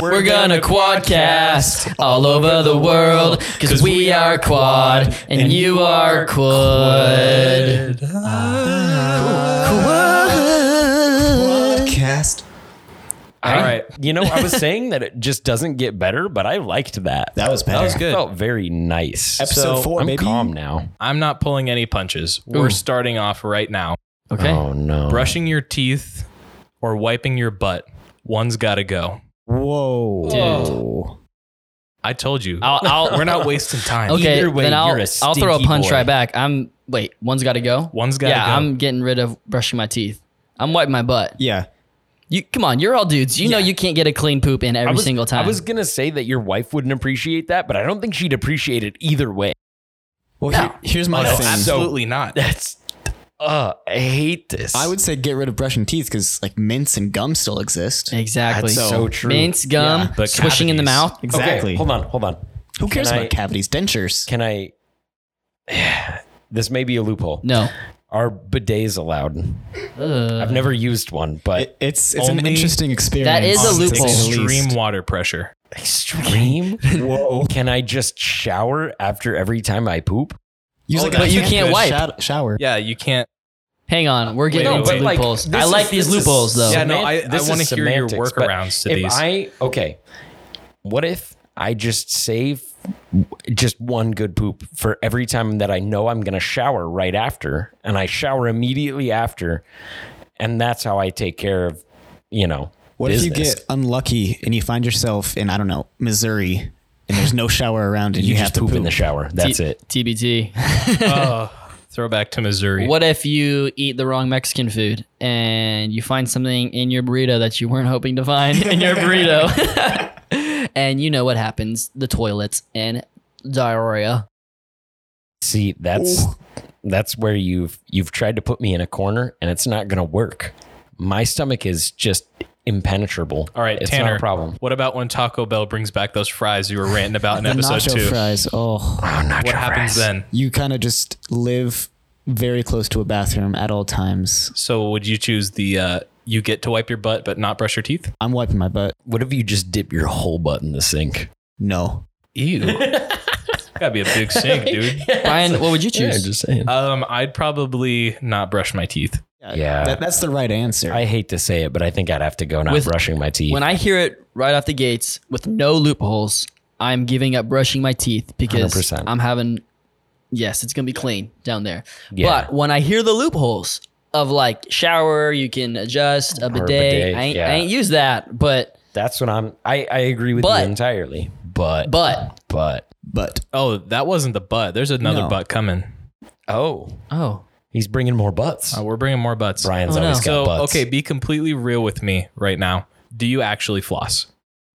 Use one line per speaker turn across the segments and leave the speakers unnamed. We're gonna quadcast all over the world because we are quad and you are quad.
Podcast.
All
I-
right. You know, I was saying that it just doesn't get better, but I liked that.
That was better.
That was good.
Felt very nice.
Episode
So,
four,
I'm
baby.
calm now.
I'm not pulling any punches. We're starting off right now.
Okay.
Oh no.
Brushing your teeth or wiping your butt. One's got to go.
Whoa.
I told you.
I'll, I'll,
We're not wasting time.
okay,
Either way,
then I'll,
you're a
I'll throw a
stinky
punch
boy.
right back. I'm, wait, one's gotta go?
One's gotta
yeah,
go.
I'm getting rid of brushing my teeth. I'm wiping my butt.
Yeah.
You Come on, you're all dudes. You know you can't get a clean poop in every
I was-
single time.
I was gonna say that your wife wouldn't appreciate that, but I don't think she'd appreciate it either way.
Well,
No.
here- here's my
Oh, no,
thing.
absolutely not.
That's uh I hate this.
I would say get rid of brushing teeth because like mints and gum still exist.
exactly.
that's so,
so
true.
Mince, gum,
but
swishing in the
cavities.
mouth.
Okay,
Exactly.
hold on, hold on.
Who cares
Can
about
I-
cavities? Dentures.
Can I this may be a loophole.
No.
Are bidets allowed? I've never used one, but
It- it's it's an
Only-
interesting experience.
That is
to
a
say the
loophole.
Extreme
least.
water pressure.
extreme.
Whoa.
Can I just shower after every time I poop?
Use
Oh,
like a
but you
shampoo
can't
to
wipe.
shou- Shower.
Yeah, you can't.
Hang on, we're getting
no,
into
but,
like,
loopholes.
this
I
is-
like these
this is
loopholes though.
Yeah, no, I- I
this is
wanna hear your
semantics, but
workarounds to
if
these.
I okay, what if I just save just one good poop for every time that I know I'm going to shower right after, and I shower immediately after, and that's how I take care of, you know,
What if you
business.
get unlucky and you find yourself in I don't know Missouri and there's no shower around and you,
you,
have
just
to
poop,
poop
in the shower? That's it.
TBT.
Oh, throwback to Missouri.
What if you eat the wrong Mexican food and you find something in your burrito that you weren't hoping to find in your burrito? and you know what happens the toilets and diarrhea.
See, that's that's where you've you've tried to put me in a corner and it's not going to work. My stomach is just impenetrable.
All right,
it's
Tanner.
not a problem.
What about when Taco Bell brings back those fries you were ranting about in
The
episode
nacho
two?
fries. Oh,
Oh, nacho
What happens
fries.
then?
you kind of just live very close to a bathroom at all times.
So would you choose the uh, you get to wipe your butt but not brush your teeth?
I'm wiping my butt.
What if you just dip your whole butt in the sink?
No,
Ew. Gotta be a big sink, dude.
Brian, what would you choose?
saying.
Um, I'd probably not brush my teeth.
Yeah.
That, that's the right answer.
I hate to say it, but I think I'd have to go not
With-
brushing my teeth.
when I hear it right off the gates with no loopholes, I'm giving up brushing my teeth because
100%.
I'm having, yes, it's going to be clean down there.
Yeah.
But when I hear the loopholes of like shower, you can adjust a bidet.
bidet,
I, ain't,
yeah.
I ain't use that, but,
That's what I'm. I, I agree with
But-
you entirely. But
but,
but
but
Oh, that wasn't the butt. There's another
No.
butt coming.
oh,
oh,
he's bringing more butts.
Uh, we're bringing more butts.
Brian's
Oh, no.
always got
So
butts.
okay, be completely real with me right now. Do you actually floss?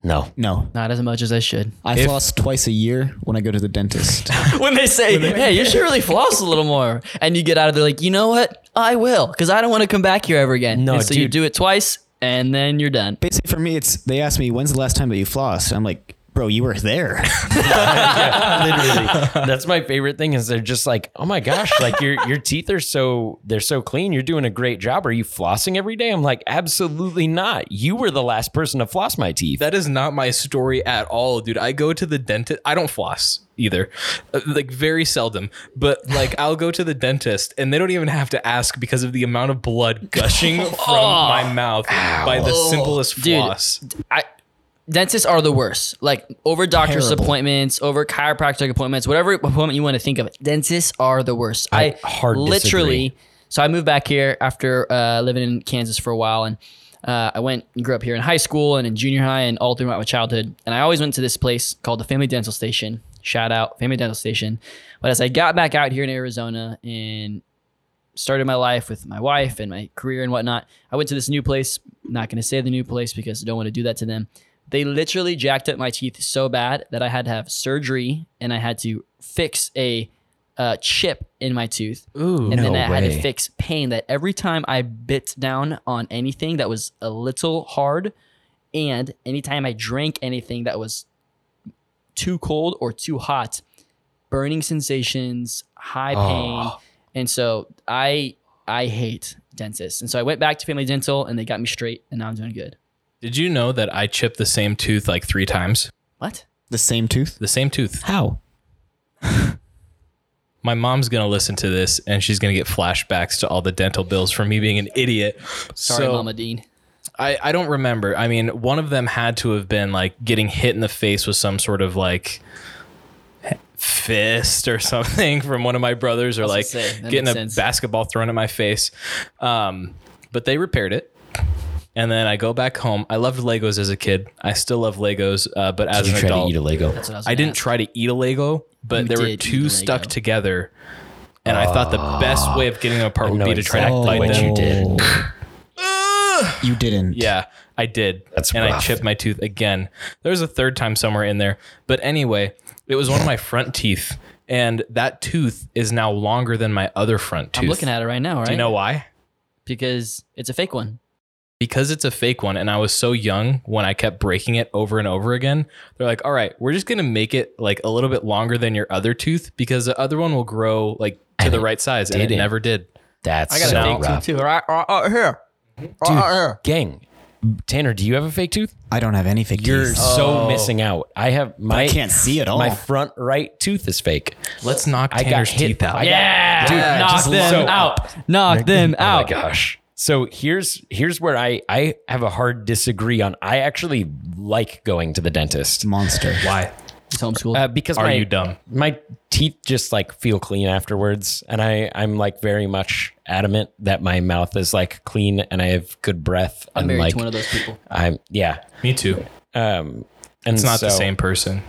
no.
no,
not as much as I should.
I
If-
floss twice a year when I go to the dentist.
when they say, "Hey, you should really floss a little more," and you get out of there like, you know what? I will, because I don't want to come back here ever again.
No,
and so you
dude.
do it twice, and then you're done.
Basically, for me, it's they ask me when's the last time that you flossed. I'm like, bro, you were there.
literally that's my favorite thing is they're just like oh my gosh like your your teeth are so they're so clean you're doing a great job are you flossing every day i'm like absolutely not you were the last person to floss my teeth
That is not my story at all, dude. I go to the dentist. I don't floss either, uh, like very seldom. But like, I'll go to the dentist, and they don't even have to ask because of the amount of blood gushing from my mouth by the simplest
Dude.
floss.
I dentists are the worst. Like over doctor's
Terrible.
appointments, over chiropractic appointments, whatever appointment you want to think of. Dentists are the worst. I,
hard
literally. So I moved back here after uh, living in Kansas for a while, and uh, I went and grew up here in high school and in junior high and all throughout my childhood. And I always went to this place called the Family Dental Station. Shout out Family Dental Station. But as I got back out here in Arizona and started my life with my wife and my career and whatnot. I went to this new place. Not going to say the new place because I don't want to do that to them. They literally jacked up my teeth so bad that I had to have surgery and I had to fix a uh, chip in my tooth.
Ooh,
and then
no
I had to
way.
fix pain that every time I bit down on anything that was a little hard and anytime I drank anything that was too cold or too hot, burning sensations, high
Oh.
pain. And so I I hate dentists. And so I went back to Family Dental and they got me straight and now I'm doing good.
Did you know that I chipped the same tooth like three times?
What?
The same tooth?
The same tooth.
How?
My mom's gonna listen to this and she's gonna get flashbacks to all the dental bills for me being an idiot.
Sorry,
So-
Mama Dean.
I, I don't remember. I mean, one of them had to have been like getting hit in the face with some sort of like fist or something from one of my brothers, or
was gonna
like
say, that
getting
makes
a
sense.
basketball thrown at my face. Um, but they repaired it. And then I go back home. I loved Legos as a kid. I still love Legos, uh, but as
you
an
try
adult,
to eat a Lego.
That's what I was.
I
gonna
didn't
ask.
try to eat a Lego, but
You
there were
did eat a
two stuck
Lego.
together. And I thought the best way of getting them apart would
know
be to try to
exactly
bite
what
them.
you did.
You didn't.
Yeah, I did.
That's
and I
rough.
chipped my tooth again. There was a third time somewhere in there, but anyway, it was one of my front teeth, and that tooth is now longer than my other front tooth.
I'm looking at it right now, right?
Do you know why?
because it's a fake one.
Because it's a fake one, and I was so young when I kept breaking it over and over again. They're like, "All right, we're just gonna make it like a little bit longer than your other tooth because the other one will grow like to the right size," and it
didn't.
never did.
That's
I got
so
a fake
rough.
tooth too. Right, right, right here.
Dude, gang. Tanner, do you have a fake tooth?
I don't have any fake
You're
teeth.
so missing out. I have my
I can't see at all.
my front right tooth is fake.
Let's knock
I got
Tanner's
hit
teeth out.
by-
Yeah,
Dude,
knock
just
them
so-
out. Knock them
Oh my
out.
gosh. So here's here's where I I have a hard disagree on. I actually like going to the dentist
Monster.
Why?
He's homeschooled.
uh, because
Are
my,
you dumb?
My teeth just like feel clean afterwards, and I I'm like very much adamant that my mouth is like clean and I have good breath.
I'm
and,
married
like,
to one of those people.
I'm yeah.
Me too.
Um, and
It's not the
so-
same person.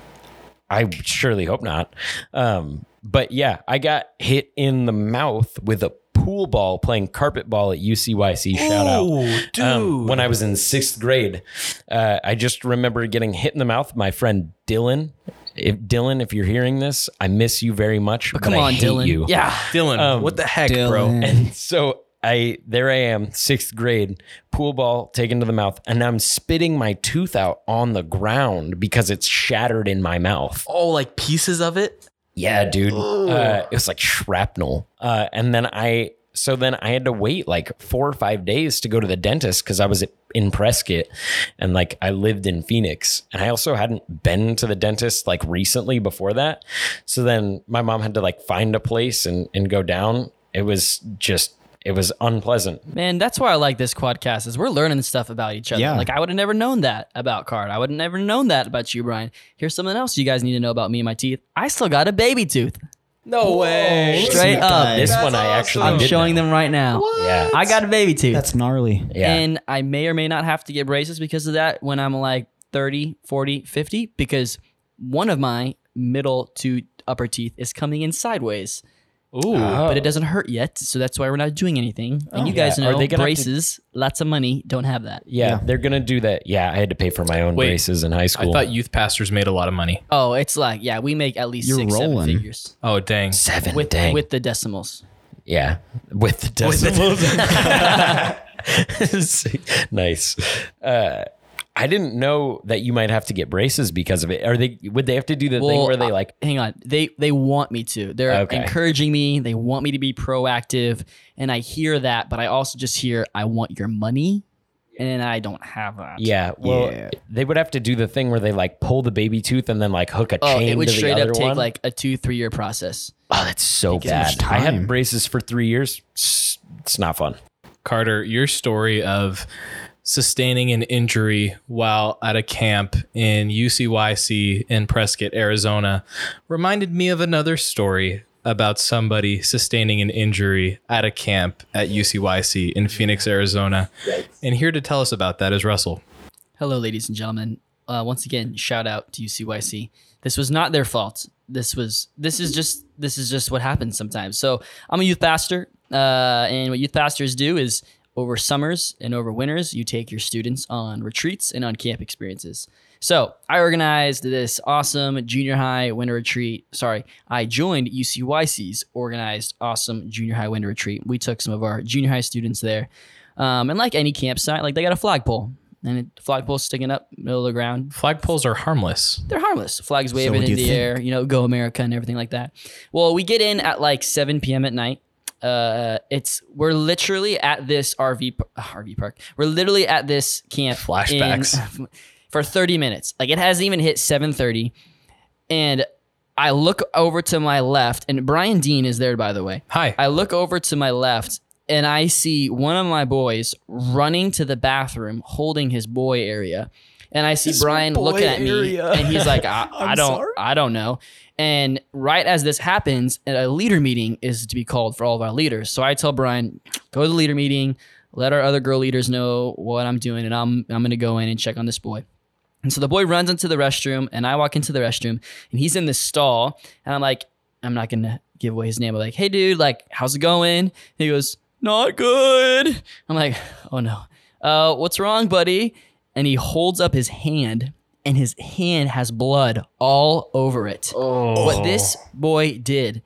I surely hope not. Um, but yeah, I got hit in the mouth with a pool ball playing carpet ball at UCYC. Shout out. Um, when I was in sixth grade, uh, I just remember getting hit in the mouth. My friend Dylan, if Dylan, if you're hearing this, I miss you very much. But,
Come
I
on,
hate
Dylan.
You.
Yeah.
Dylan, what the heck, bro?
Dylan.
And so I there I am, sixth grade, pool ball taken to the mouth, and I'm spitting my tooth out on the ground because it's shattered in my mouth.
Oh, like pieces of it?
Yeah, dude. Uh, it was like shrapnel. Uh, and then I, so then I had to wait like four or five days to go to the dentist because I was in Prescott and like I lived in Phoenix. And I also hadn't been to the dentist like recently before that. So then my mom had to like find a place and, and go down. It was just, it was unpleasant.
Man, that's why I like this quadcast is we're learning stuff about each other.
Yeah.
Like I would have never known that about Card. I would have never known that about you, Brian. Here's something else you guys need to know about me and my teeth. I still got a baby tooth.
No way.
Straight
Sweet
up.
guy.
This one I
awesome.
actually
I'm
did
showing
know.
them right now.
Yeah.
I got a baby tooth.
That's gnarly.
yeah.
And I may or may not have to get braces because of that when I'm like 30, 40, 50, because one of my middle to upper teeth is coming in sideways.
Ooh.
But it doesn't hurt yet, so that's why we're not doing anything. And you guys
Oh. Yeah. Are
know
they gonna have to-
braces, lots of money, don't have that.
yeah,
Yeah.
they're gonna do that. Yeah, I had to pay for my own
Wait,
braces in high
I
school.
thought youth pastors made a lot of money.
Oh, it's like yeah, we make at least
You're
six, seven
rolling.
figures
Oh, dang.
seven
with
dang.
with the decimals.
Yeah, with the decimals. nice. Uh, I didn't know that you might have to get braces because of it. Are they? Would they have to do the thing
Well,
where they
I-
like?
Hang on, they they want me to. They're
uh, Okay.
encouraging me. They want me to be proactive, and I hear that, but I also just hear I want your money, and I don't have that.
Yeah. Well,
Yeah.
they would have to do the thing where they like pull the baby tooth and then like hook a
Oh,
chain
it would
to the
straight
other
up take
one.
like a two three year process.
oh, that's so
so much
bad. I had
time.
braces for three years. It's, it's not fun.
Carter, your story of sustaining an injury while at a camp in UCYC in Prescott, Arizona, reminded me of another story about somebody sustaining an injury at a camp at UCYC in Phoenix, Arizona. And here to tell us about that is Russell.
Hello, ladies and gentlemen. Uh, once again, shout out to UCYC. This was not their fault. This was this is just this is just what happens sometimes. So I'm a youth pastor, uh, and what youth pastors do is over summers and over winters, you take your students on retreats and on camp experiences. So I organized this awesome junior high winter retreat. Sorry, I joined UCYC's organized awesome junior high winter retreat. We took some of our junior high students there, um, and like any campsite, like they got a flagpole and it, flagpole's sticking up middle of the ground
Flagpoles are harmless.
they're harmless. Flags waving
what do
in
you
the
think?
air, you know, go America and everything like that. Well, we get in at like 7 p.m. at night. uh, it's we're literally at this RV p- RV park. We're literally at this camp in-
Flashbacks.
for 30 minutes. Like it hasn't even hit 7:30, and I look over to my left, and Brian Dean is there by the way.
Hi.
I look over to my left and I see one of my boys running to the bathroom holding his boy area. And I see Brian looking at me and he's like, I, I don't I don't know. And right as this happens, a leader meeting is to be called for all of our leaders. So I tell Brian, go to the leader meeting, let our other girl leaders know what I'm doing, and I'm I'm gonna go in and check on this boy. And so the boy runs into the restroom, and I walk into the restroom, and he's in this stall, and I'm like, I'm not gonna give away his name. I'm like, hey dude, like, how's it going? And he goes, not good. I'm like, oh no, uh, what's wrong, buddy? And he holds up his hand, and his hand has blood all over it.
Oh.
What this boy did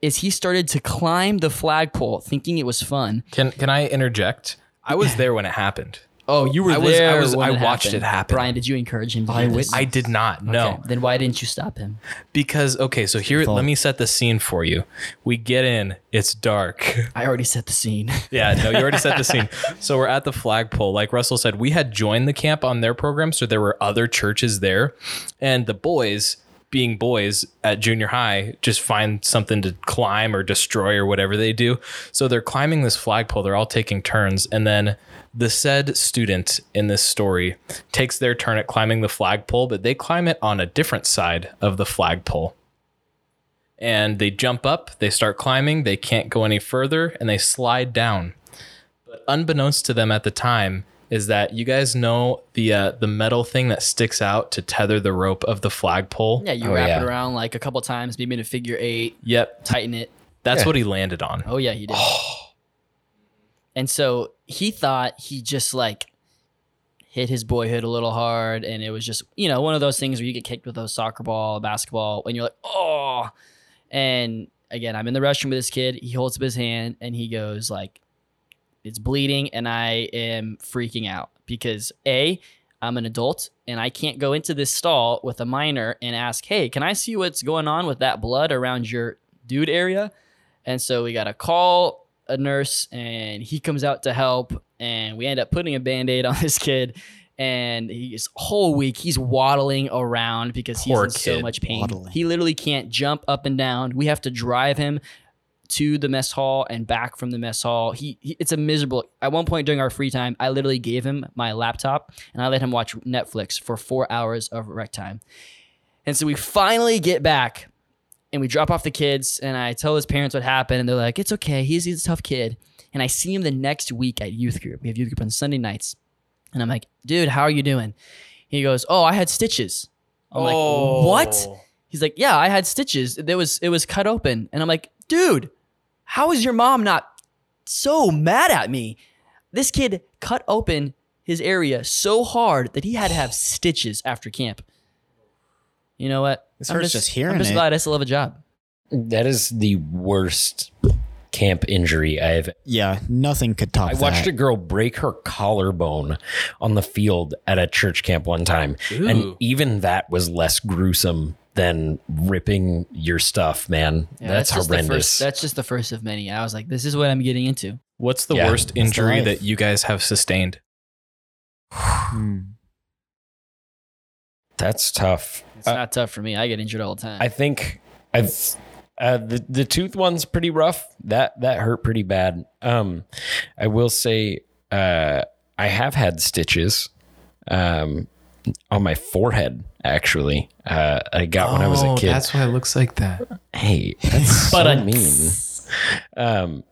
is he started to climb the flagpole, thinking it was fun.
Can can I interject? I was there when it happened.
Oh, you were
I was- I
there.
was-
when
I watched it happen.
Brian, did you encourage him? to do this?
I did not. No.
Okay, Then why didn't you stop him?
Because okay, so here let me set the scene for you. We get in, it's dark.
I already set the scene.
Yeah, no, you already set the scene. So we're at the flagpole. Like Russell said, we had joined the camp on their program, so there were other churches there. And the boys, being boys at junior high, just find something to climb or destroy or whatever they do. So they're climbing this flagpole, they're all taking turns. And then the said student in this story takes their turn at climbing the flagpole, but they climb it on a different side of the flagpole and they jump up, they start climbing, they can't go any further, and they slide down. But unbeknownst to them at the time is that you guys know the uh, the metal thing that sticks out to tether the rope of the flagpole.
Yeah, you
Oh,
wrap
yeah.
it around like a couple times, maybe in a figure eight,
Yep.
tighten it.
That's
Yeah.
what he landed on.
Oh yeah, he did. and so he thought he just like hit his boyhood a little hard, and it was just you know one of those things where you get kicked with a soccer ball, basketball, and you're like oh. And again, I'm in the restroom with this kid. He holds up his hand and he goes like, "It's bleeding," and I am freaking out because a I'm an adult and I can't go into this stall with a minor and ask, "Hey, can I see what's going on with that blood around your dude area?" And so we got to call a nurse, and he comes out to help, and we end up putting a band aid on this kid. And he's whole week he's waddling around because he's
Poor
in so
kid.
much pain.
Waddling.
He literally can't jump up and down. We have to drive him to the mess hall and back from the mess hall. He, he it's a miserable. At one point during our free time, I literally gave him my laptop and I let him watch Netflix for 4 hours of rec time. And so we finally get back and we drop off the kids and I tell his parents what happened and they're like, "It's okay. He's he's a tough kid." And I see him the next week at youth group. We have youth group on Sunday nights. And I'm like, "Dude, how are you doing?" He goes, "Oh, I had stitches." I'm
Oh.
like, "What?" He's like, "Yeah, I had stitches. There was it was cut open." And I'm like, "Dude, how is your mom not so mad at me? This kid cut open his area so hard that he had to have stitches after camp." You know what?
This hurts just hearing
I'm just
it.
glad I still have a job.
That is the worst camp injury I have.
Yeah, nothing could top
I watched
that.
a girl break her collarbone on the field at a church camp one time, and
Ooh.
even that was less gruesome than ripping your stuff, man.
Yeah,
that's,
just the
horrendous.
first- that's just the first of many. I was like, this is what I'm getting into.
What's the
Yeah,
worst
the
injury
life.
that you guys have sustained?
Hmm.
that's tough.
Uh,
It's not tough for me. I get injured all the time.
I think I've uh, the the tooth one's pretty rough. That that hurt pretty bad. Um, I will say uh, I have had stitches um, on my forehead. Actually, uh, I got when I was a
Oh,
kid.
Oh, why it looks like that.
hey, that's
But
so
I-
mean. Um,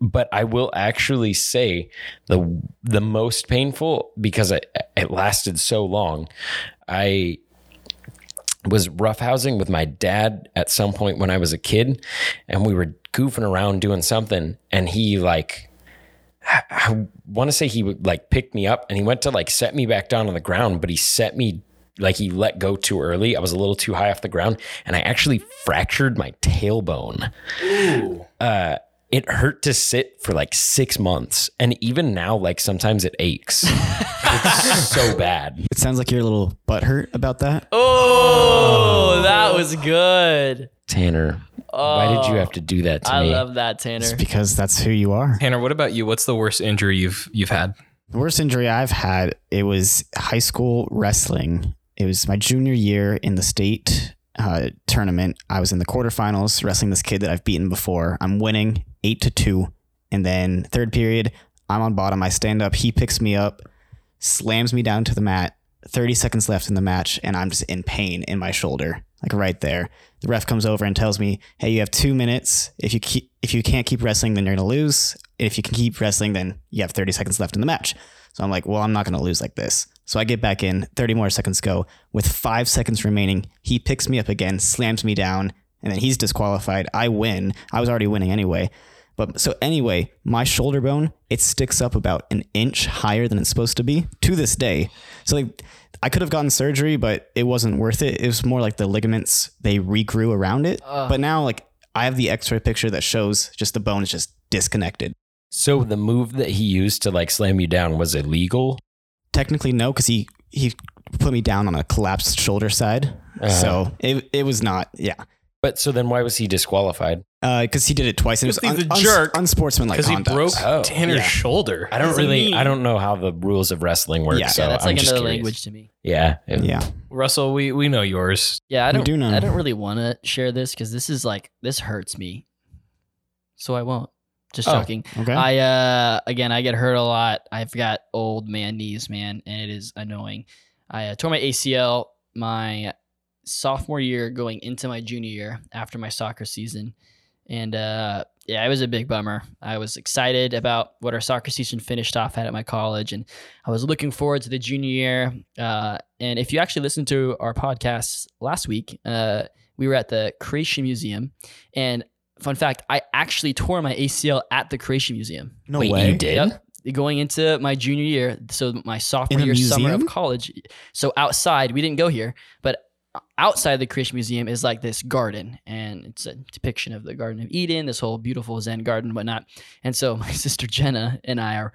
but I will actually say the the most painful because it, it lasted so long. I was roughhousing with my dad at some point when I was a kid, and we were goofing around doing something, and he like. I- I want to say he would like picked me up and he went to like set me back down on the ground, but he set me like he let go too early. I was a little too high off the ground and I actually fractured my tailbone Uh, it hurt to sit for like six months. And even now, like sometimes it aches. it's so bad.
It sounds like you're a little butthurt about that.
oh, that was good.
Tanner, why did you have to do that to
Oh, I
me?
love that Tanner.
It's because that's who you are.
Tanner, what about you? What's the worst injury you've you've had?
The worst injury I've had, it was high school wrestling. It was my junior year in the state uh, tournament. I was in the quarterfinals wrestling this kid that I've beaten before. I'm winning eight to two. And then third period, I'm on bottom. I stand up. He picks me up, slams me down to the mat. 30 seconds left in the match, and I'm just in pain in my shoulder, like right there. The ref comes over and tells me, "Hey, you have two minutes. If you keep, if you can't keep wrestling, then you're gonna lose. If you can keep wrestling, then you have 30 seconds left in the match." So I'm like, "Well, I'm not gonna lose like this." So I get back in. 30 more seconds go. With five seconds remaining, he picks me up again, slams me down, and then he's disqualified. I win. I was already winning anyway. But so anyway, my shoulder bone it sticks up about an inch higher than it's supposed to be to this day. So like, I could have gotten surgery, but it wasn't worth it. It was more like the ligaments they regrew around it. But now like I have the X-ray picture that shows just the bone is just disconnected.
so the move that he used to like slam you down was illegal.
Technically no, because he he put me down on a collapsed shoulder side.
Uh-huh.
So it it was not yeah.
But so then why was he disqualified?
Because he did it twice and it was
'Cause he's
un-
a
uns-
jerk.
unsportsmanlike
Because he
conduct.
broke
Oh,
Tanner's
yeah.
shoulder.
I don't
What does that
really,
mean?
I don't know how the rules of wrestling work.
Yeah.
so
yeah, that's
I'm
like
just
another
curious.
language to me.
Yeah,
Yeah,
Russell, we we know yours.
Yeah, I
We
don't.
do know.
I don't really want to share this because this is like this hurts me, so I won't. Just
Oh,
joking.
okay.
I uh again I get hurt a lot. I've got old man knees, man, and it is annoying. I uh, tore my ACL my sophomore year going into my junior year after my soccer season. And uh yeah, it was a big bummer. I was excited about what our soccer season finished off at at my college and I was looking forward to the junior year. Uh and if you actually listened to our podcast last week, uh we were at the Creation Museum and fun fact, I actually tore my ACL at the Creation Museum.
no
Wait,
way.
you did?
Yep. Going into my junior year, so my sophomore
In a
year, summer of
museum?
college. So outside, we didn't go here, but outside the Creation Museum is like this garden, and it's a depiction of the Garden of Eden, this whole beautiful Zen garden and whatnot. And so my sister Jenna and I are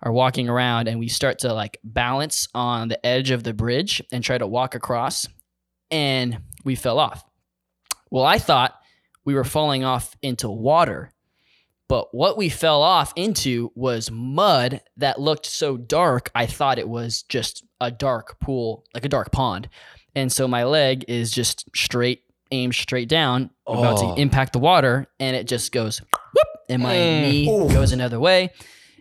are walking around, and we start to like balance on the edge of the bridge and try to walk across, and we fell off. Well, I thought we were falling off into water. But what we fell off into was mud that looked so dark, I thought it was just a dark pool, like a dark pond. And so my leg is just straight, aimed straight down, about
Oh.
to impact the water, and it just goes whoop, and my
Mm.
knee
Oof.
goes another way.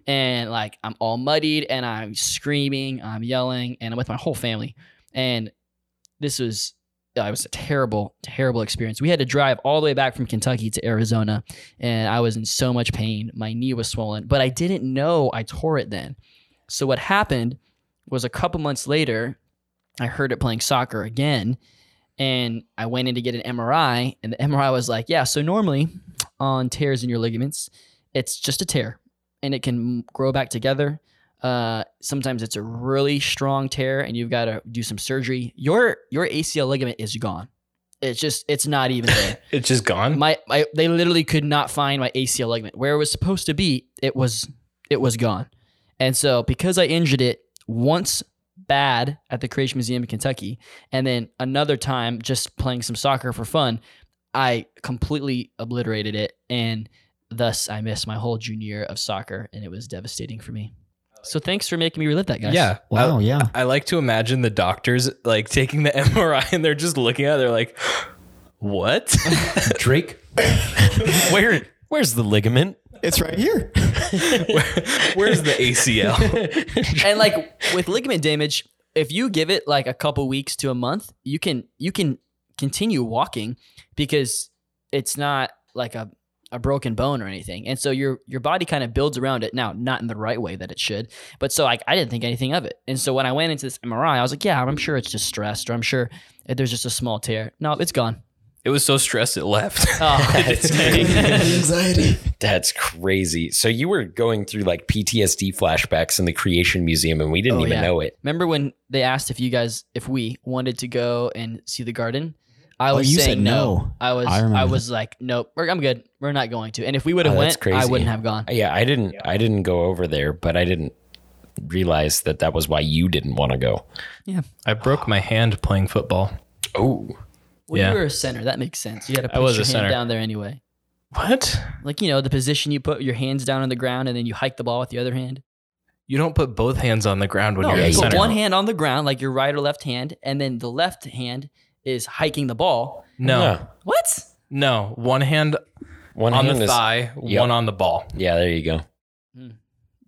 And like I'm all muddied and I'm screaming, I'm yelling, and I'm with my whole family. And this was uh, it was a terrible, terrible experience. We had to drive all the way back from Kentucky to Arizona, and I was in so much pain. My knee was swollen, but I didn't know I tore it then. So what happened was a couple months later, I heard it playing soccer again, and I went in to get an MRI, and the MRI was like, "Yeah, so normally on tears in your ligaments, it's just a tear, and it can grow back together." Uh, sometimes it's a really strong tear and you've got to do some surgery. Your your ACL ligament is gone. It's just it's not even there.
It's just gone.
my, my they literally could not find my ACL ligament where it was supposed to be. It was it was gone, and so because I injured it once bad at the Creation Museum in Kentucky, and then another time just playing some soccer for fun, I completely obliterated it, and thus I missed my whole junior year of soccer, and it was devastating for me. So thanks for making me relive that, guys.
yeah. I-
Wow, yeah.
I like to imagine the doctors like taking the MRI and they're just looking at it, they're like, what?
Drake, where where's the ligament?
It's right here.
Where's the ACL?
and like with ligament damage, if you give it like a couple weeks to a month, you can you can continue walking because it's not like a a broken bone or anything. And so your your body kind of builds around it. Now, not in the right way that it should. But so like I didn't think anything of it. And so when I went into this MRI, I was like, yeah, I'm sure it's just stressed or I'm sure there's just a small tear. No, it's gone.
It was so stressed it left.
Oh.
It's kidding.
Anxiety.
That's crazy. So you were going through like PTSD flashbacks in the Creation Museum, and we didn't
Oh,
even
yeah.
know it.
Remember when they asked if you guys if we wanted to go and see the garden? I
Oh,
was
you
saying
said
no.
no.
I was
I
I,
remember
was like, nope, we're, I'm good. We're not going to. And if we would have
Oh, that's
went, I
crazy.
wouldn't have gone.
Yeah, I didn't. I didn't go over there, but I didn't realize that that was why you didn't want to go.
I broke my hand playing football.
Oh,
Well,
Yeah.
you were a center. That makes sense. You had to
I
put
was
your
a
hand
center.
down there anyway.
What?
Like you know, the position you put your hands down on the ground and then you hike the ball with the other hand.
You don't put both hands on the ground when
no,
you're
you
in
put
center.
one hand on the ground, like your right or left hand, and then the left hand is hiking the ball.
no,
What?
no, One hand
One
on
hand
the
is-
thigh,
Yep.
one on the ball.
Yeah, there you go.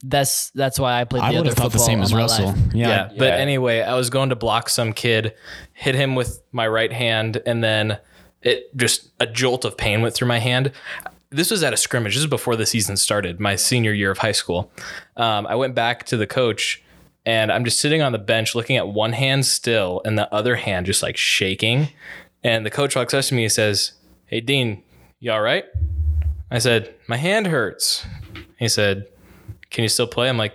That's that's why I played the
I would
other
have thought the
football
same
all
as
my
Russell.
life.
Yeah.
Yeah. But
Yeah.
anyway, I was going to block some kid, hit him with my right hand, and then it just a jolt of pain went through my hand. This was at a scrimmage. This is before the season started, my senior year of high school. Um, I went back to the coach and I'm just sitting on the bench looking at one hand still and the other hand just like shaking. And the coach walks up to me and says, Hey, Dean, you all right? I said, My hand hurts. He said, Can you still play? I'm like,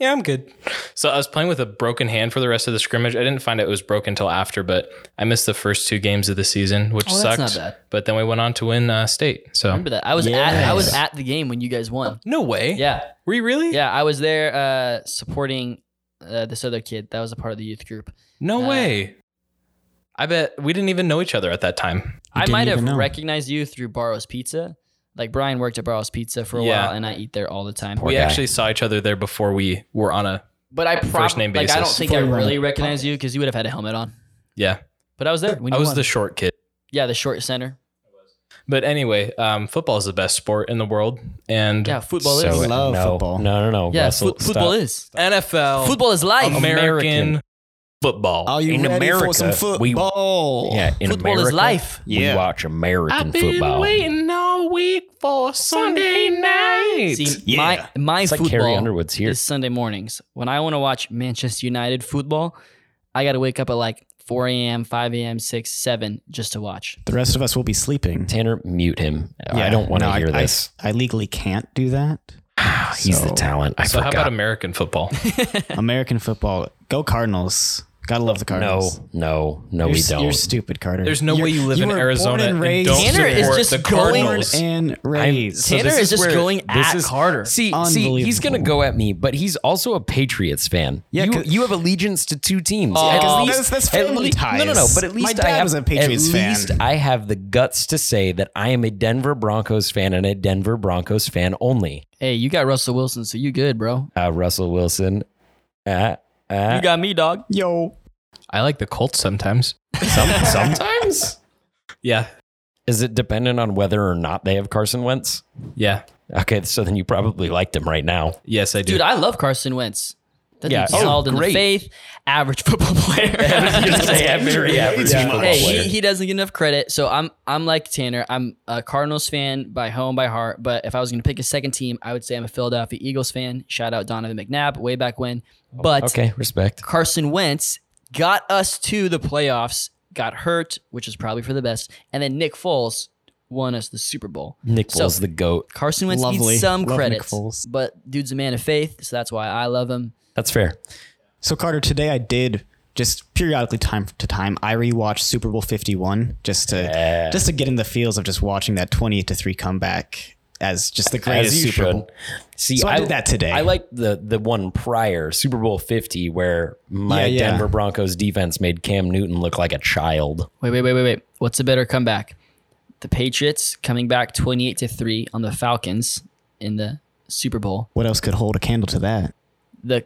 yeah, I'm good. So I was playing with a broken hand for the rest of the scrimmage. I didn't find out it was broken until after, but I missed the first two games of the season, which
Oh, that's not
sucked.
bad.
But then we went on to win uh, state. So
Remember that? I was at I was at the game when you guys won.
no way.
Yeah,
Were you really?
yeah. I was there uh, supporting uh, this other kid that was a part of the youth group.
No
Uh,
way. I bet we didn't even know each other at that time.
You
I
didn't
might have
even know.
recognized you through Barrow's Pizza. Like Brian worked at Barrow's Pizza for a
Yeah.
while, and I eat there all the time.
Poor
we
guy.
actually saw each other there before we were on a
but I
first
probably
name
like I don't
basis.
think I
Before you run
really
it.
recognize you because you would have had a helmet on.
yeah.
But I was there. When
I
you
was
won.
the short kid.
yeah the short center.
But anyway, um, football is the best sport in the world, and
Yeah, football
So-
is.
Love
no,
football.
No, no, no.
Yeah,
Russell,
foot- football
stop.
is.
NFL
Football is life.
American,
American.
football.
Are you
In
ready
America,
for some
Uh, we-
football?
Yeah, in
football
America,
is life.
Yeah.
We watch American football.
all week for Sunday night.
See,
Yeah.
my my
It's like
football
Carrie Underwood's here.
is Sunday mornings. When I want to watch Manchester United football, I got to wake up at like 4 a.m., 5 a.m., 6, 7 just to watch.
The rest of us will be sleeping.
Tanner, mute him. I
Yeah,
don't want to
no,
hear
I,
this.
I,
Ah,
I legally can't do that.
He's the
so-
talent. I
so how
forgot.
about American football?
American football. Go Cardinals. Gotta love the Cardinals.
no, no, no,
you're,
we
s- You're
don't.
stupid, Carter.
There's no way you live in
were born
Arizona and,
raised
don't
Tanner is
support
just
the
going-
Cardinals.
Born and raised.
So
Tanner
this
is just
where-
going
this
at Carter.
See, see, he's
Unbelievable.
gonna go at me, but he's also a Patriots fan.
Yeah,
you,
'cause-
you have allegiance to two teams.
Oh,
at
that's-
least,
that's
at
family
lea- No, no, no.
ties.
But at least
My dad
I have,
was a Patriots
at
fan.
least I have the guts to say that I am a Denver Broncos fan and a Denver Broncos fan only.
Hey, you got Russell Wilson, so you good, bro.
Uh, Russell Wilson. Uh, uh,
You got me, dog.
Yo.
I like the Colts sometimes.
some, sometimes
Yeah,
is it dependent on whether or not they have Carson Wentz?
yeah,
Okay, so then you probably liked him right now.
yes, I do.
Dude, I love Carson Wentz. That
Yeah.
dude's
Oh,
solid in the
great.
faith, average football player.
Very average
Yeah.
football
hey,
player.
he, he doesn't get enough credit. So I'm I'm like Tanner. I'm a Cardinals fan by home, by heart. But if I was going to pick a second team, I would say I'm a Philadelphia Eagles fan. Shout out Donovan McNabb way back when. But
Oh, okay, respect.
Carson Wentz got us to the playoffs, got hurt, which is probably for the best. And then Nick Foles won us the Super Bowl.
Nick
So-
Foles, the goat.
Carson Wentz
Lovely.
needs some
Love Nick
credit,
Foles.
but dude's a man of faith, so that's why I love him.
That's fair.
So Carter, today I did just periodically, time to time, I rewatched Super Bowl Fifty One just to just to get in the feels of just watching that twenty to three comeback as just the greatest
As you
Super
should.
Bowl.
See,
So I did that today.
I like the the one prior Super Bowl Fifty where my
Yeah, yeah.
Denver Broncos defense made Cam Newton look like a child.
Wait, wait, wait, wait, wait. What's a better comeback? The Patriots coming back 28 to 3 on the Falcons in the Super Bowl.
What else could hold a candle to that?
The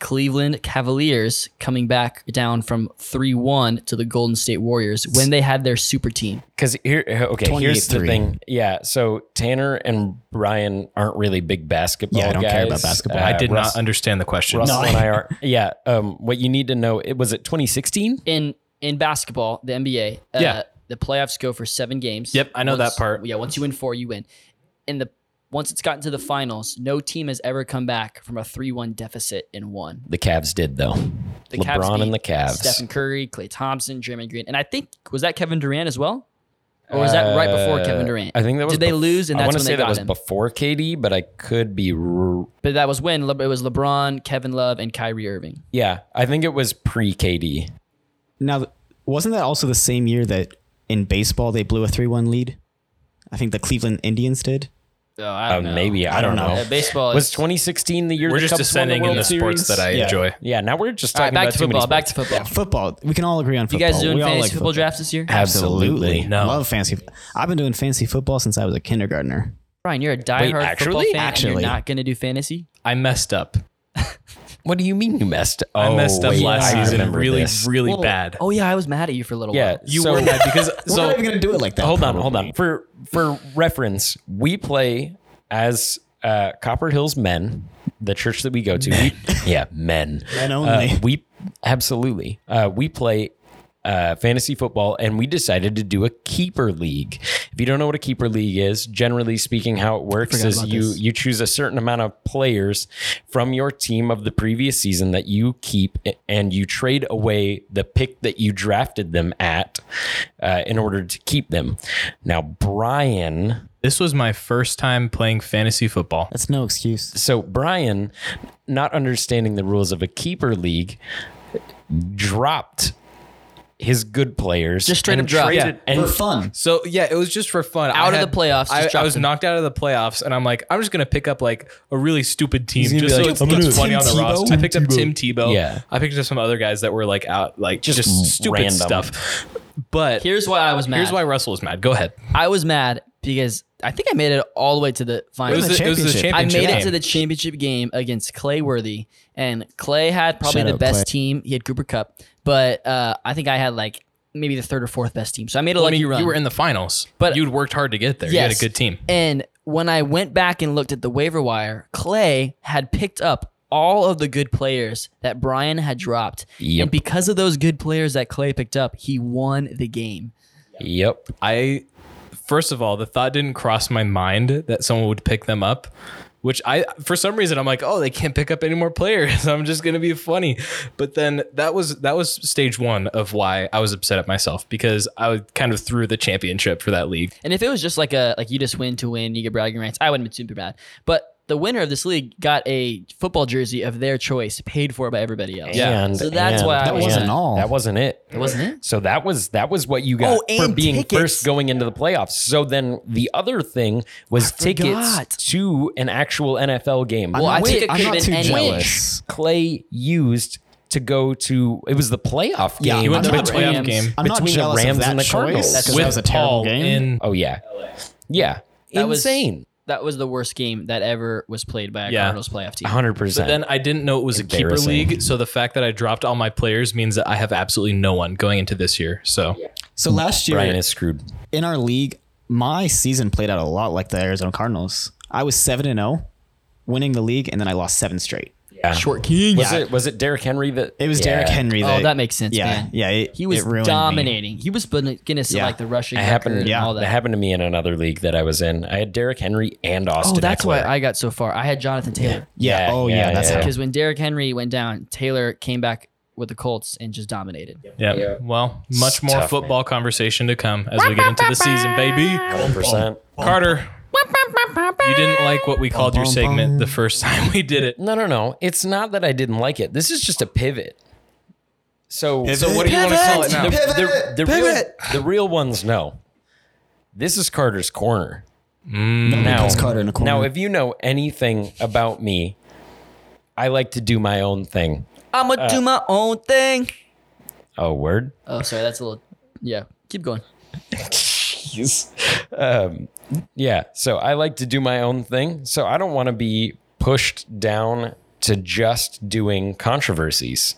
Cleveland Cavaliers coming back down from 3-1 to the Golden State Warriors when they had their super team.
Because here, okay, here's the
28-3.
thing. Yeah, so Tanner and Brian aren't really big basketball.
Yeah, I don't care
guys. Uh,
about basketball.
I did
Russ-
not understand the question.
Russell and I are. Yeah. Um. What you need to know it was it 2016.
In in basketball, the NBA, uh,
Yeah.
the playoffs go for 7 games.
Yep, I know
Once-
that part.
Yeah, once you win 4, you win. In the once it's gotten to the finals, no team has ever come back from a 3-1 deficit in one.
The Cavs did though.
The
LeBron
Cavs
and
beat
the Cavs.
Stephen Curry, Clay Thompson, Jeremy Green, and I think was that Kevin Durant as well, or was that right before
Uh,
Kevin Durant?
I think that was
Did they
bef-
lose? And
I
that's
want
when
to
they
say that
got
was
him.
before KD, but I could be. r-
but that was when Le- it was LeBron, Kevin Love, and Kyrie Irving.
Yeah, I think it was pre KD.
Now, th- wasn't that also the same year that in baseball they blew a 3 1 lead? I think the Cleveland Indians did.
Oh, I
Uh,
don't know.
maybe I, don't, know.
Uh, baseball is
Was 2016 the year
We're
the
just
Cubs won
descending
the
in
World
the
Series?
sports that I
Yeah.
enjoy.
Yeah, now we're just
All right,
talking
back
about
to
too many
football. Back
sports.
to football.
Football. We can all agree on
You
football.
guys doing
we all
fantasy
like
football drafts this year?
Absolutely.
No.
Love fancy. I've been doing fancy football since I was a kindergartner.
Brian, you're a diehard football
actually?
fan. and
Actually.
you're not gonna do fantasy.
I messed up.
What do you mean you messed? up?
Oh, I messed up
wait,
last
I
season
remember
really,
this.
really bad.
Oh yeah, I was mad at you for a little
Yeah,
while.
you
so-
were mad because
We're
so
not even gonna do it like that.
hold on, hold on. For for reference, we play as uh, Copper Hills Men, the church that we go to. We, yeah, men.
Men
Uh,
only.
we absolutely. Uh, we play. Uh, fantasy football, and we decided to do a keeper league. If you don't know what a keeper league is, generally speaking, how it works
Forgot
is
about
you
this.
you choose a certain amount of players from your team of the previous season that you keep and you trade away the pick that you drafted them at uh, in order to keep them. Now, Brian,
this was my first time playing fantasy football.
That's no excuse.
so Brian, not understanding the rules of a keeper league, dropped his good players.
Just straight
and
up dropped.
traded- and
For fun.
So yeah, it was just for fun.
Out
I
of the playoffs, just
I, I
drop
was
them.
knocked out of the playoffs, and I'm like, I'm just gonna pick up like a really stupid team
gonna
just
be
so
like,
it's,
I'm gonna
it's
do
funny on the
Tim
roster. I picked up Tim Tebow.
Yeah.
I picked up some other guys that were like out, like just,
Just
stupid
random.
stuff. But
Here's why I was mad.
here's why Russell was mad. Go ahead.
I was mad because I think I made it all the way to the
It
final.
was, the, it was the
championship.
I
championship.
made it to
game.
the championship game against Clay Worthy, and Clay had probably
Shout
the
out
best
Clay.
team. He had Cooper Cup, but uh, I think I had like maybe the third or fourth best team. So I made a
Well, I
lucky
mean,
run.
you were in the finals,
But-
but you'd worked hard to get there. You had a
Yes.
good team.
And when I went back and looked at the waiver wire, Clay had picked up all of the good players that Brian had dropped.
Yep.
And because of those good players that Clay picked up, he won the game.
Yep.
I first of all, the thought didn't cross my mind that someone would pick them up. Which I, for some reason, I'm like, oh, they can't pick up any more players. I'm just gonna be funny. But then that was that was stage one of why I was upset at myself because I was- kind of threw the championship for that league.
And if it was just like a like you just win to win, you get bragging rights, I wouldn't have been super bad. But the winner of this league got a football jersey of their choice, paid for by everybody else.
Yeah.
And,
So that's why I
That
was
wasn't
mad.
all.
That wasn't it.
That wasn't it.
So that was that was what you got
Oh, and
for being
tickets.
first going into the playoffs. So then the other thing was tickets
forgot.
to an actual NFL game.
Well, I think it
I'm
could
not
have
too
been anyone.
jealous.
Clay used to go to it was the playoff game.
Yeah,
He went
I'm
to the
not
playoff
Rams.
game
I'm not
Between the
jealous
Rams
of that
and the Cardinals.
choice because that was a terrible
Paul
game.
in
Oh yeah. Yeah.
That was-
Insane.
That was the worst game that ever was played by a
Yeah.
Cardinals playoff team.
hundred
But
percent.
then I didn't know it was a keeper
Embarrassing.
league, so the fact that I dropped all my players means that I have absolutely no one going into this year. So
So last year
Brian is screwed.
in our league, my season played out a lot like the Arizona Cardinals. I was seven and zero, winning the league, and then I lost seven straight.
Yeah.
Short king.
Was
Yeah.
it was it Derrick Henry that
It was
Yeah.
Derrick Henry.
Oh, that makes sense,
Yeah,
man.
yeah. It,
He was
it ruined me.
dominating. He was putting Guinness
Yeah.
like the rushing
That
record
happened,
and
yeah,
all
that.
that.
happened to me in another league that I was in. I had Derrick Henry and Austin.
oh, that's why
Eckler.
I got so far. I had Jonathan Taylor
Yeah.
Yeah,
Oh, yeah.
yeah,
that's
yeah.
how.
because when Derrick Henry went down, Taylor came back with the Colts and just dominated.
yeah,
Yeah.
well, much
It's
more
tough,
football conversation to come as we get into the season, baby.
100%.
Carter, you didn't like what we called your segment the first time we did it.
No, no, no. It's not that I didn't like it. This is just a pivot. So,
Pivot?
so
So what do you want to call it now?
the, the, the real the real ones know. This is Carter's corner.
Nobody puts Carter in a corner.
Now, if you know anything about me, I like to do my own thing. Uh,
I'm gonna do my own thing.
Oh, word.
Oh, sorry, that's a little. Yeah, keep going.
Jeez. Um, yeah. So I like to do my own thing. So I don't want to be pushed down to just doing controversies.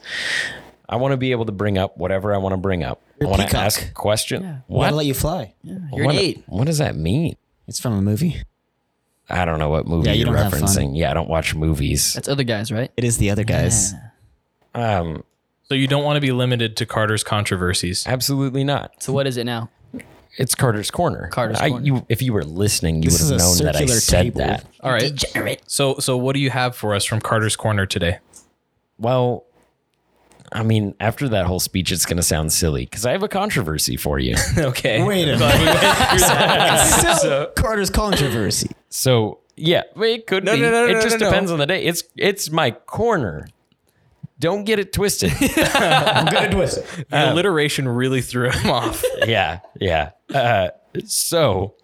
I want to be able to bring up whatever I want to bring up. I want to
peacock.
ask a question.
why
What?
to let you fly?
You're
what,
an eight.
what does that mean?
It's from a movie.
I don't know what movie
Yeah, you
you are
don't have
referencing. Yeah, I don't watch movies.
That's other guys, right?
It is the other guys.
Um,
So you don't want to be limited to Carter's controversies.
absolutely not.
So what is it now?
It's Carter's Corner.
Carter's
I,
Corner.
You, if you were listening, you
This
would have known
is a
that I
circular
said
table.
that.
All right.
Degenerate.
So so what do you have for us from Carter's corner today?
Well, I mean, after that whole speech, it's going to sound silly because I have a controversy for you.
okay.
Wait a
Glad we went through that.
Still Carter's controversy.
so yeah, it could
No,
be.
no, no,
it
no,
just
no, no.
depends on the day. It's it's my corner. Don't get it twisted.
I'm gonna twist it.
The alliteration really threw him off.
yeah, yeah. Uh, So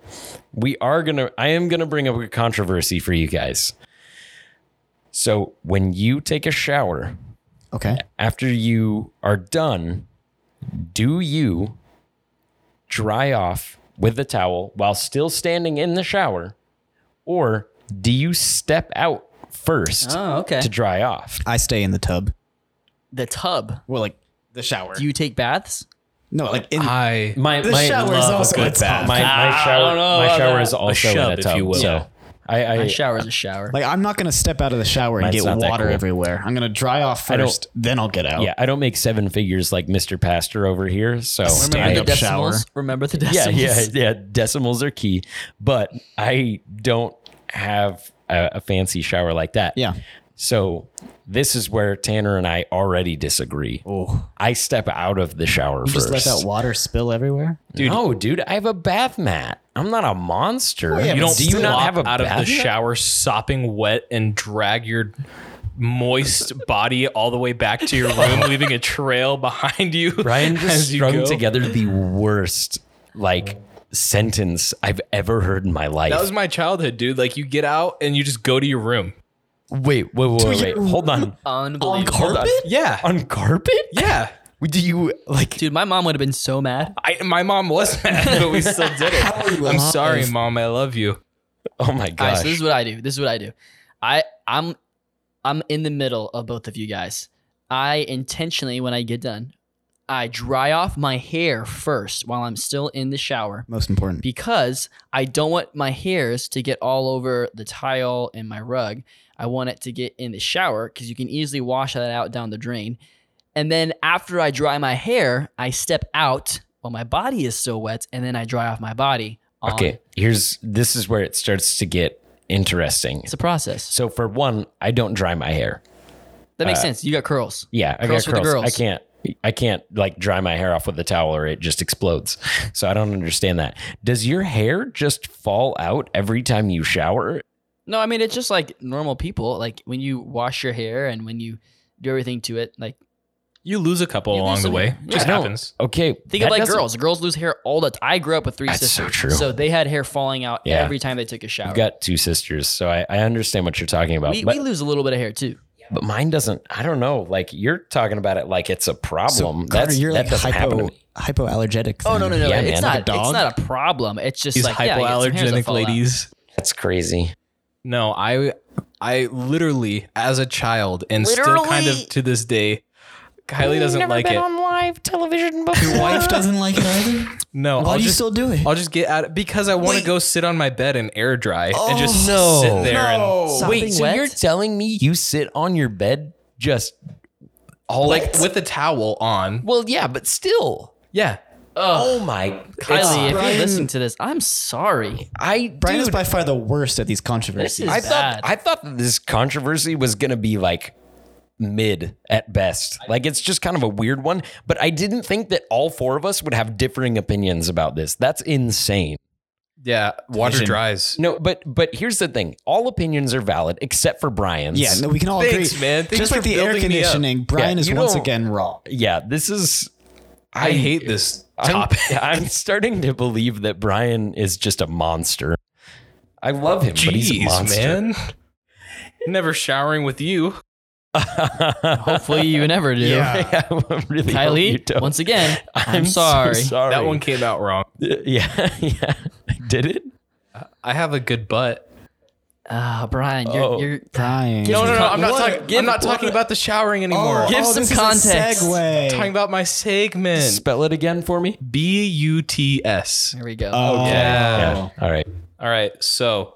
we are gonna. I am gonna bring up a controversy for you guys. So when you take a shower
Okay.
after you are done, do you dry off with the towel while still standing in the shower, or do you step out first
Ah.
Oh, okay.
to dry off?
I stay in the tub.
The tub.
Well, like the shower.
Do you take baths?
no, like in
Uh,
I
My
The
my
shower is
love
also
good
a tub.
bath. My, my
Ah, I
shower,
don't know
my
about
shower
that.
is also
shove,
in a
if
tub.
you will.
So
Yeah.
I I,
A shower is a shower.
like I'm not gonna step out of the shower and
Mine's
get
not that
water
cool.
everywhere. I'm gonna dry off
I don't-
first, then I'll get out.
yeah I don't make seven figures like Mr. Pastor over here. So
stand
I-
Remember the
up shower.
decimals? Remember the
yeah,
decimals?
yeah, yeah. Decimals are key, but I don't have a, a fancy shower like that.
Yeah.
So this is where Tanner and I already disagree.
Oh,
I step out of the shower
you
first.
just let that water spill everywhere.
dude. No, dude, I have a bath mat. I'm not a monster.
yeah,
you
but
don't. Do you
still-
not
flop
have a
out of
bath
the
mat?
shower sopping wet and drag your moist body all the way back to your room, leaving a trail behind you.
Brian just
as you
strung
go.
together the worst like sentence I've ever heard in my life.
That was my childhood, dude. Like you get out and you just go to your room.
wait, wait, wait, wait, wait. Hold on.
Unbelievable.
Yeah.
On carpet?
Yeah.
Do you like
Dude, my mom would have been so mad.
I, my mom was mad, but we still did it. I'm sorry, mom. I love you.
Oh my
All right,
gosh.
so this is what I do. This is what I do. I I'm I'm in the middle of both of you guys. I intentionally, when I get done, I dry off my hair first while I'm still in the shower
Most important.
because I don't want my hairs to get all over the tile and my rug. I want it to get in the shower because you can easily wash that out down the drain. And then after I dry my hair, I step out while my body is still wet, and then I dry off my body. on-
okay, here's this is where it starts to get interesting.
it's a process.
So uh, for one, I don't dry my hair.
That makes sense. You got curls.
Yeah, I
Curls
got
for the
curls. I
girls.
can't I can't like dry my hair off with a towel or it just explodes. So I don't understand that. Does your hair just fall out every time you shower?
No, I mean it's just like normal people. Like when you wash your hair and when you do everything to it, like
You lose a couple
You lose
along the
some-
way.
yeah.
Just
I don't-
happens.
Okay.
think
that
of like
doesn't-
girls. Girls lose hair all the time. I grew up with three
That's so
sisters,
true.
they had hair falling out
Yeah.
every time they took a shower.
I've got two sisters, so I, I understand what you're talking about.
we,
but,
we lose a little bit of hair too.
but mine doesn't. I don't know. Like you're talking about it like it's a problem.
Carter,
That's
you're
that
like
doesn't happen to
hypo
me.
hypoallergenic.
Oh
then.
no no no!
Yeah,
it's
man.
not.
Like
a dog?
It's not a problem. It's just
These
like yeah, I get some hairs that
hypoallergenic
fall out.
ladies.
That's crazy.
No, I I literally as a child and still kind of to this day, Kylie doesn't like it.
live television before.
Your wife doesn't like it either.
no,
Why
I'll
do you
just
still do it?
I'll just get out because I want to go sit on my bed and air dry and just
Oh,
sit there and
Stop
Wait,
being
so
wet?
you're telling me you sit on your bed just all
like with a towel on.
Well, yeah, but still.
Yeah.
Oh my
Kylie, if
God.
you're
Brian-
listening to this, I'm sorry.
I
Brian is
dude,
by far the worst at these controversies.
This is-
I
bad.
thought I thought that this controversy was gonna be like mid at best. Like it's just kind of a weird one, but I didn't think that all four of us would have differing opinions about this. That's insane.
Yeah. Water
Vision.
dries.
No, but but here's the thing. All opinions are valid except for Brian's.
yeah, no, we can all
Thanks,
agree.
man. Thanks
just like
for
the air
building me up.
conditioning, Brian
Yeah,
is
you
once
don't-
again wrong.
Yeah, this is
I hate this
I'm-
topic.
I'm starting to believe that Brian is just a monster. I love him, but he's a
Jeez,
monster.
man. Never showering with you.
Hopefully you never do.
Yeah.
Yeah, I really hope you
Kylie,
don't.
once again, I'm,
so
sorry.
sorry.
That one came out wrong.
Yeah, yeah. Did it?
I have a good butt.
Ah, Brian, you're,
Oh.
you're
Brian.
No,
No, no, no. I'm not
What?
talking. I'm not talking about the showering anymore.
Give some
Oh, this is a
context.
segue.
talking about my segment.
Spell it again for me.
B U T S.
There we go.
Uh,
Oh,
Yeah.
All right.
All right. So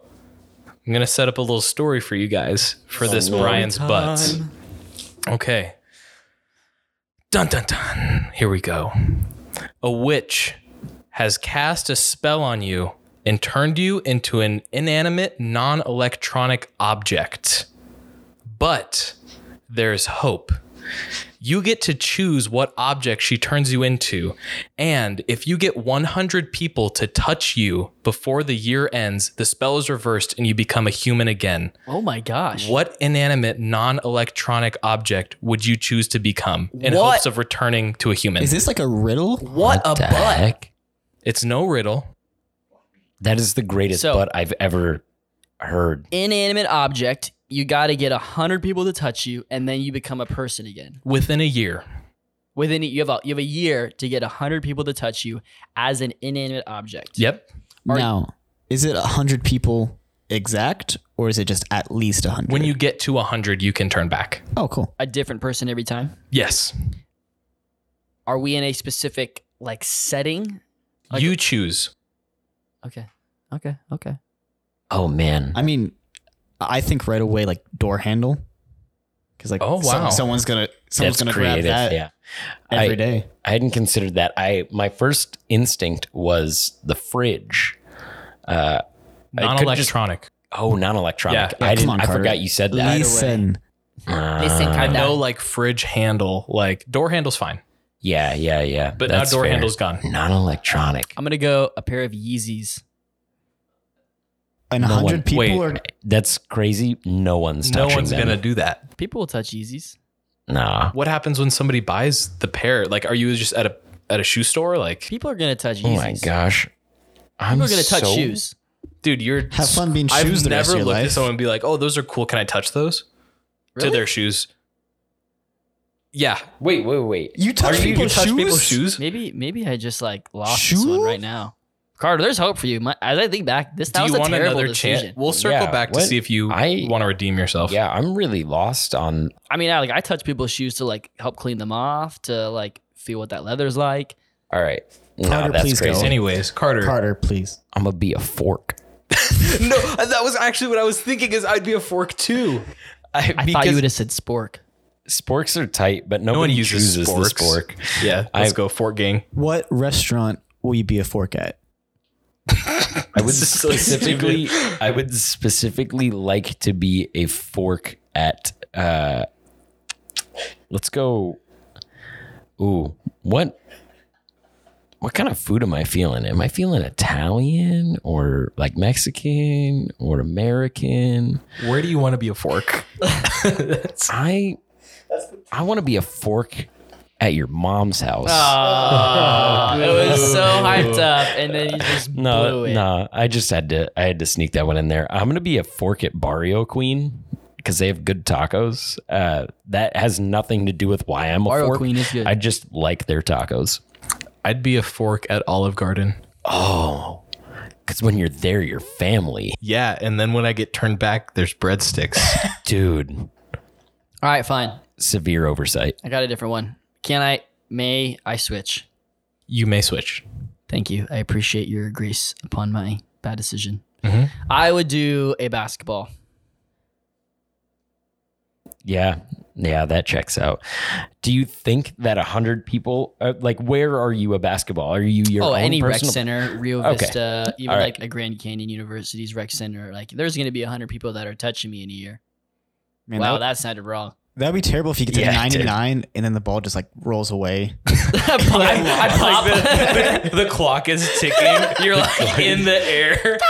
I'm going to set up a little story for you guys for this Brian's Butts. Okay. Dun dun dun. Here we go. A witch has cast a spell on you and turned you into an inanimate, non electronic object. But there's hope. You get to choose what object she turns you into. And if you get 100 people to touch you before the year ends, the spell is reversed and you become a human again.
Oh my gosh.
What inanimate, non electronic object would you choose to become in
What?
hopes of returning to a human?
Is this like a riddle?
What a butt.
it's no riddle.
That is the greatest
So-
butt I've ever heard.
Inanimate object. You got to get a hundred people to touch you, and then you become a person again.
within a year.
Within you have a, you have a year to get a hundred people to touch you as an inanimate object.
Yep.
Are-
now, is it 100 people exact or is it just at least 100?
When you get to 100, you can turn back.
Oh, cool.
A different person every time.
Yes.
Are we in a specific like setting? Like-
you choose.
Okay. Okay. Okay.
Oh man.
I mean, I think right away like door handle cuz like
Oh,
some-
wow.
someone's going to someone's
That's
going to grab
creative.
that
yeah. I-
every day.
I hadn't considered that. I my first instinct was the fridge. Uh, I
Non
could just-
electronic.
oh, non-electronic.
Yeah.
I
Yeah,
didn't.
come on,
I
Carter.
forgot you said that.
Listen.
Uh,
Listen,
I
Carter.
know like fridge handle, like door handle's fine,
yeah, yeah, yeah.
but
That's
now door
fair.
handle's gone.
non-electronic.
I'm gonna go a pair of Yeezys.
And
No one-
100 people
wait.
are
That's crazy. No one's
no
touching
one's
them.
going to do that.
People will touch Yeezys.
Nah.
What happens when somebody buys the pair? Like, are you just at a at a shoe store? Like,
People are gonna touch Yeezys.
Oh my gosh. I'm
People are gonna touch
so-
shoes.
dude, you're
have fun being
I've
shoes the
never
rest of your
looked at
life.
someone and be like, "Oh, those are cool. Can I touch those?"
Really?
To their shoes. Yeah.
Wait, wait, wait.
You touch
Are you, you
people's
touch
shoes?
people's shoes?
Maybe maybe I just like lost this one
Shoe?
right now. Carter, there's hope for you. My, as I think back, this that
Do
was
you
a
want
terrible
another
decision.
chance? We'll circle
Yeah,
back to
what-
see if you
I-
want to redeem yourself.
Yeah, I'm really lost on.
I mean, I like I touch people's shoes to like help clean them off, to like feel what that leather's like.
All right. nah,
Carter,
that's
please go.
crazy.
Anyways, Carter.
Carter, please.
I'm gonna be a fork.
No, that was actually what I was thinking. Is I'd be a fork too.
I,
I thought you would have said spork.
sporks are tight, but nobody
one uses
uses the
sporks.
spork.
Yeah, let's go fork gang.
What restaurant will you be a fork at?
I would
is so
specifically, I would specifically like to be a fork at. Uh, let's go. Ooh, what? What kind of food am I feeling? Am I feeling Italian or like Mexican or American?
Where do you want to be a fork?
I, I want to be a fork at your mom's house.
Ah,
it was so hyped up, and then you just
No,
blew it.
no. I just had to. I had to sneak that one in there. I'm gonna be a fork at Barrio Queen because they have good tacos. Uh, that has nothing to do with why I'm a
Barrio
fork.
Queen is good.
I just like their tacos.
I'd be a fork at Olive Garden.
Oh, because when you're there, you're family,
Yeah, and then when I get turned back, there's breadsticks.
dude.
All right, fine.
Severe oversight.
I got a different one. Can I? May I switch?
you may switch.
Thank you. I appreciate your grace upon my bad decision.
Mm-hmm.
I would do a basketball.
Yeah, yeah. That checks out. Do you think that a hundred people? Uh, like, where are you a basketball? Are you your
oh,
own
any
personal-
rec center, Rio
Okay.
Vista, even
All right.
like a Grand Canyon University's rec center. Like, there's going to be 100 people that are touching me in a year.
Man,
wow,
that,
that sounded wrong.
that'd be terrible if you get to
Yeah, dude.
99 and then the ball just like rolls away.
I, I pop.
the, the clock is ticking. You're like in the air.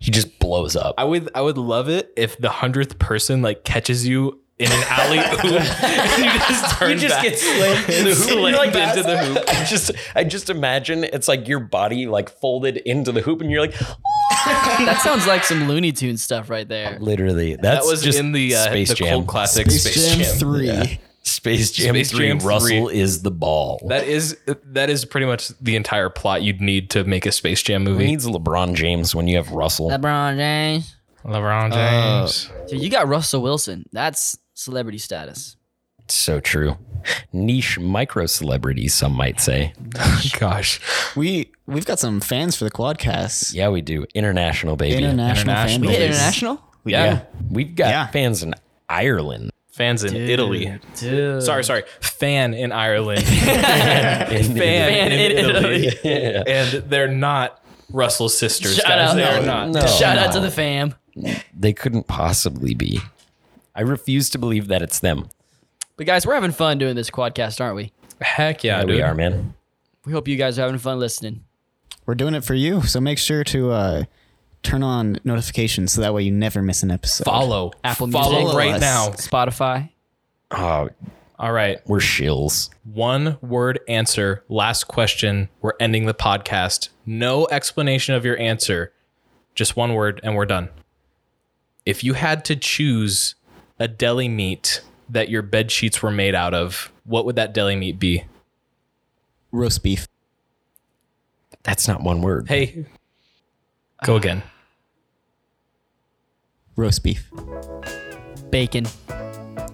He just blows up.
I would I would love it if the hundredth person like catches you in an alley oop and you just turn back.
slammed,
in the hoop. Slammed into the hoop.
I just, I just imagine it's like your body like folded into the hoop, and you're like, "Oh."
that sounds like some Looney Tunes stuff right there.
literally.
that
That's
was
just
in the uh,
Space
the
Jam.
cult classic Space, Jam.
3.
Space Jam
Space
Three.
Jam
Russell is the ball.
That is that is pretty much the entire plot you'd need to make a Space Jam
Who
movie.
needs LeBron James when you have Russell?
LeBron James.
LeBron
Uh,
James.
Dude, you got Russell Wilson. That's celebrity status.
so true. Niche micro celebrities, some might say.
Gosh.
We we've got some fans for the quadcast.
Yeah, we do. International baby.
International, fan
International.
We
base.
hit international?
Yeah.
Yeah, we've got
Yeah.
fans in Ireland,
Fans in Italy.
Dude.
Sorry, sorry. Fan in Ireland.
in
Fan,
Fan
in,
in
Italy.
Italy.
Yeah.
And they're not Russell's sisters,
Shout
guys.
out.
They are
No,
not.
no.
Shout out to
No.
the fam.
they couldn't possibly be. I refuse to believe that it's them.
But guys, we're having fun doing this quadcast, aren't we?
Heck yeah,
Yeah,
dude.
we are, man.
We hope you guys are having fun listening.
We're doing it for you, so make sure to uh, turn on notifications so that way you never miss an episode.
Follow.
Apple
Follow
Music.
right
us.
now.
Spotify.
Oh,
All right.
We're shills.
One word answer. Last question. We're ending the podcast. No explanation of your answer. Just one word and we're done. If you had to choose a deli meat that your bed sheets were made out of, what would that deli meat be?
Roast beef.
That's not one word.
Hey, go again.
Roast beef.
Bacon.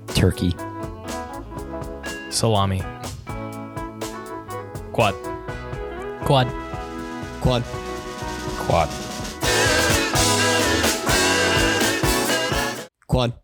Turkey.
Salami. Quad.
Quad.
Quad.
Quad.
Quad.